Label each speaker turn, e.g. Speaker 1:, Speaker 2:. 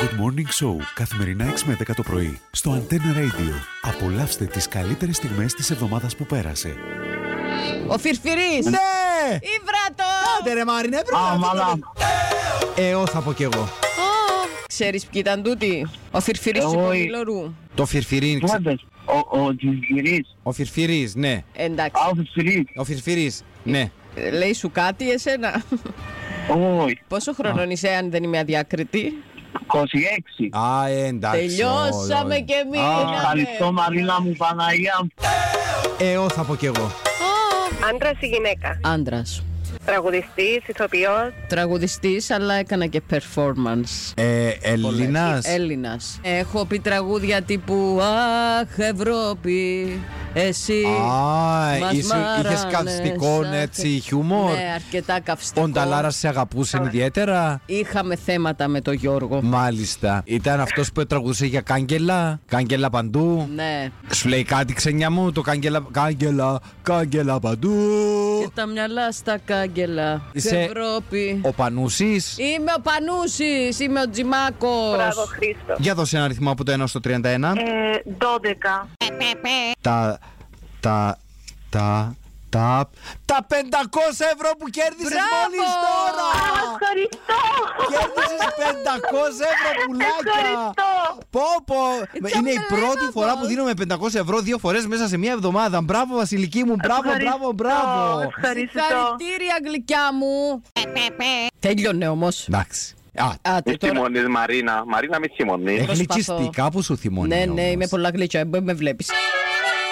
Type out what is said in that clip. Speaker 1: Good Morning Show, καθημερινά 6 με 10 το πρωί, στο Antenna Radio. Απολαύστε τις καλύτερες στιγμές της εβδομάδας που πέρασε.
Speaker 2: Ο Φυρφυρής!
Speaker 3: Ναι!
Speaker 2: Ήβρατο!
Speaker 3: Άντε ρε Μάρι, ναι, πρέπει να το
Speaker 4: Αμαλά.
Speaker 3: κάνουμε. Ε, ό, θα πω κι εγώ.
Speaker 2: Ξέρεις ποιοι ήταν τούτοι? Ο Φυρφυρής του
Speaker 4: Εγώ, ε.
Speaker 2: Κονιλωρού.
Speaker 3: Το φιρφυρί,
Speaker 4: Πού έπαιζε. Ο, ο Τζιρις.
Speaker 3: ο φιρφυρί, ναι.
Speaker 2: Εντάξει.
Speaker 4: Α, ο Τζιρις.
Speaker 3: Ο φιρφυρί, ναι.
Speaker 2: Ε, Λέει σου κάτι εσένα.
Speaker 4: Όχι.
Speaker 2: Πόσο χρόνο είσαι αν δεν είμαι αδιάκριτη.
Speaker 4: 26.
Speaker 3: Α, ε, εντάξει.
Speaker 2: Τελειώσαμε
Speaker 3: όλα.
Speaker 2: και μείναμε.
Speaker 4: Ευχαριστώ Μαρίνα μου, Παναγία μου.
Speaker 3: Ε, ό, θα πω κι εγώ.
Speaker 5: Άντρας ή γυναίκα.
Speaker 2: Άντρας.
Speaker 5: Τραγουδιστής, ηθοποιός.
Speaker 2: Τραγουδιστής αλλά έκανα και performance.
Speaker 3: Ε, Ελληνά.
Speaker 2: Έλληνας. Έχω πει τραγούδια τύπου Αχ Ευρώπη, εσύ.
Speaker 3: Α,
Speaker 2: Ε, μας
Speaker 3: είσαι- είχες
Speaker 2: μάρανες,
Speaker 3: καυστικόν
Speaker 2: αχ.
Speaker 3: έτσι χιούμορ.
Speaker 2: Ναι, αρκετά καυστικό.
Speaker 3: Ο Νταλάρα σε αγαπούσε ιδιαίτερα.
Speaker 2: Είχαμε θέματα με τον Γιώργο.
Speaker 3: Μάλιστα. Ήταν αυτός που τραγουδούσε για κάγκελα. Κάγκελα παντού.
Speaker 2: Ναι.
Speaker 3: Σου λέει κάτι ξενιά μου, το κάγκελα. Κάγκελα, κάγκελα παντού.
Speaker 2: Και τα μυαλά στα κάγκελα.
Speaker 3: Είσαι-
Speaker 2: Ευρώπη.
Speaker 3: Ο Πανούσης.
Speaker 2: Είμαι ο Πανούσης, είμαι ο Τζιμάκος.
Speaker 5: Μπράβο, Χρήστο.
Speaker 3: Για δώσε ένα αριθμό από το 1 στο 31.
Speaker 5: Ε, 12.
Speaker 3: Τα. Τα. Τα. Τα. Τα 500 ευρώ που κέρδισες
Speaker 2: Μπράβο!
Speaker 3: μόλις τώρα!
Speaker 5: Ευχαριστώ.
Speaker 3: Κέρδισες 500 ευρώ πουλάκια!
Speaker 5: Ευχαριστώ.
Speaker 3: Πόπο!
Speaker 2: It's
Speaker 3: Είναι η πρώτη
Speaker 2: unbelievable.
Speaker 3: φορά που δίνουμε 500 ευρώ δύο φορές μέσα σε μία εβδομάδα. Μπράβο, Βασιλική μου! Μπράβο, μπράβο, μπράβο!
Speaker 5: Ευχαριστώ.
Speaker 2: Συγχαρητήρια γλυκιά μου. Τέλειωνε όμως.
Speaker 3: Εντάξει. Α,
Speaker 2: Άτε
Speaker 6: Μη
Speaker 2: τώρα.
Speaker 6: θυμώνεις Μαρίνα, Μαρίνα μη θυμώνεις.
Speaker 2: προσπαθώ.
Speaker 3: Εγλυκιστικά που σου θυμώνει.
Speaker 2: Ναι, ναι,
Speaker 3: όμως.
Speaker 2: είμαι πολλά γλυκιά, δεν με βλέπεις.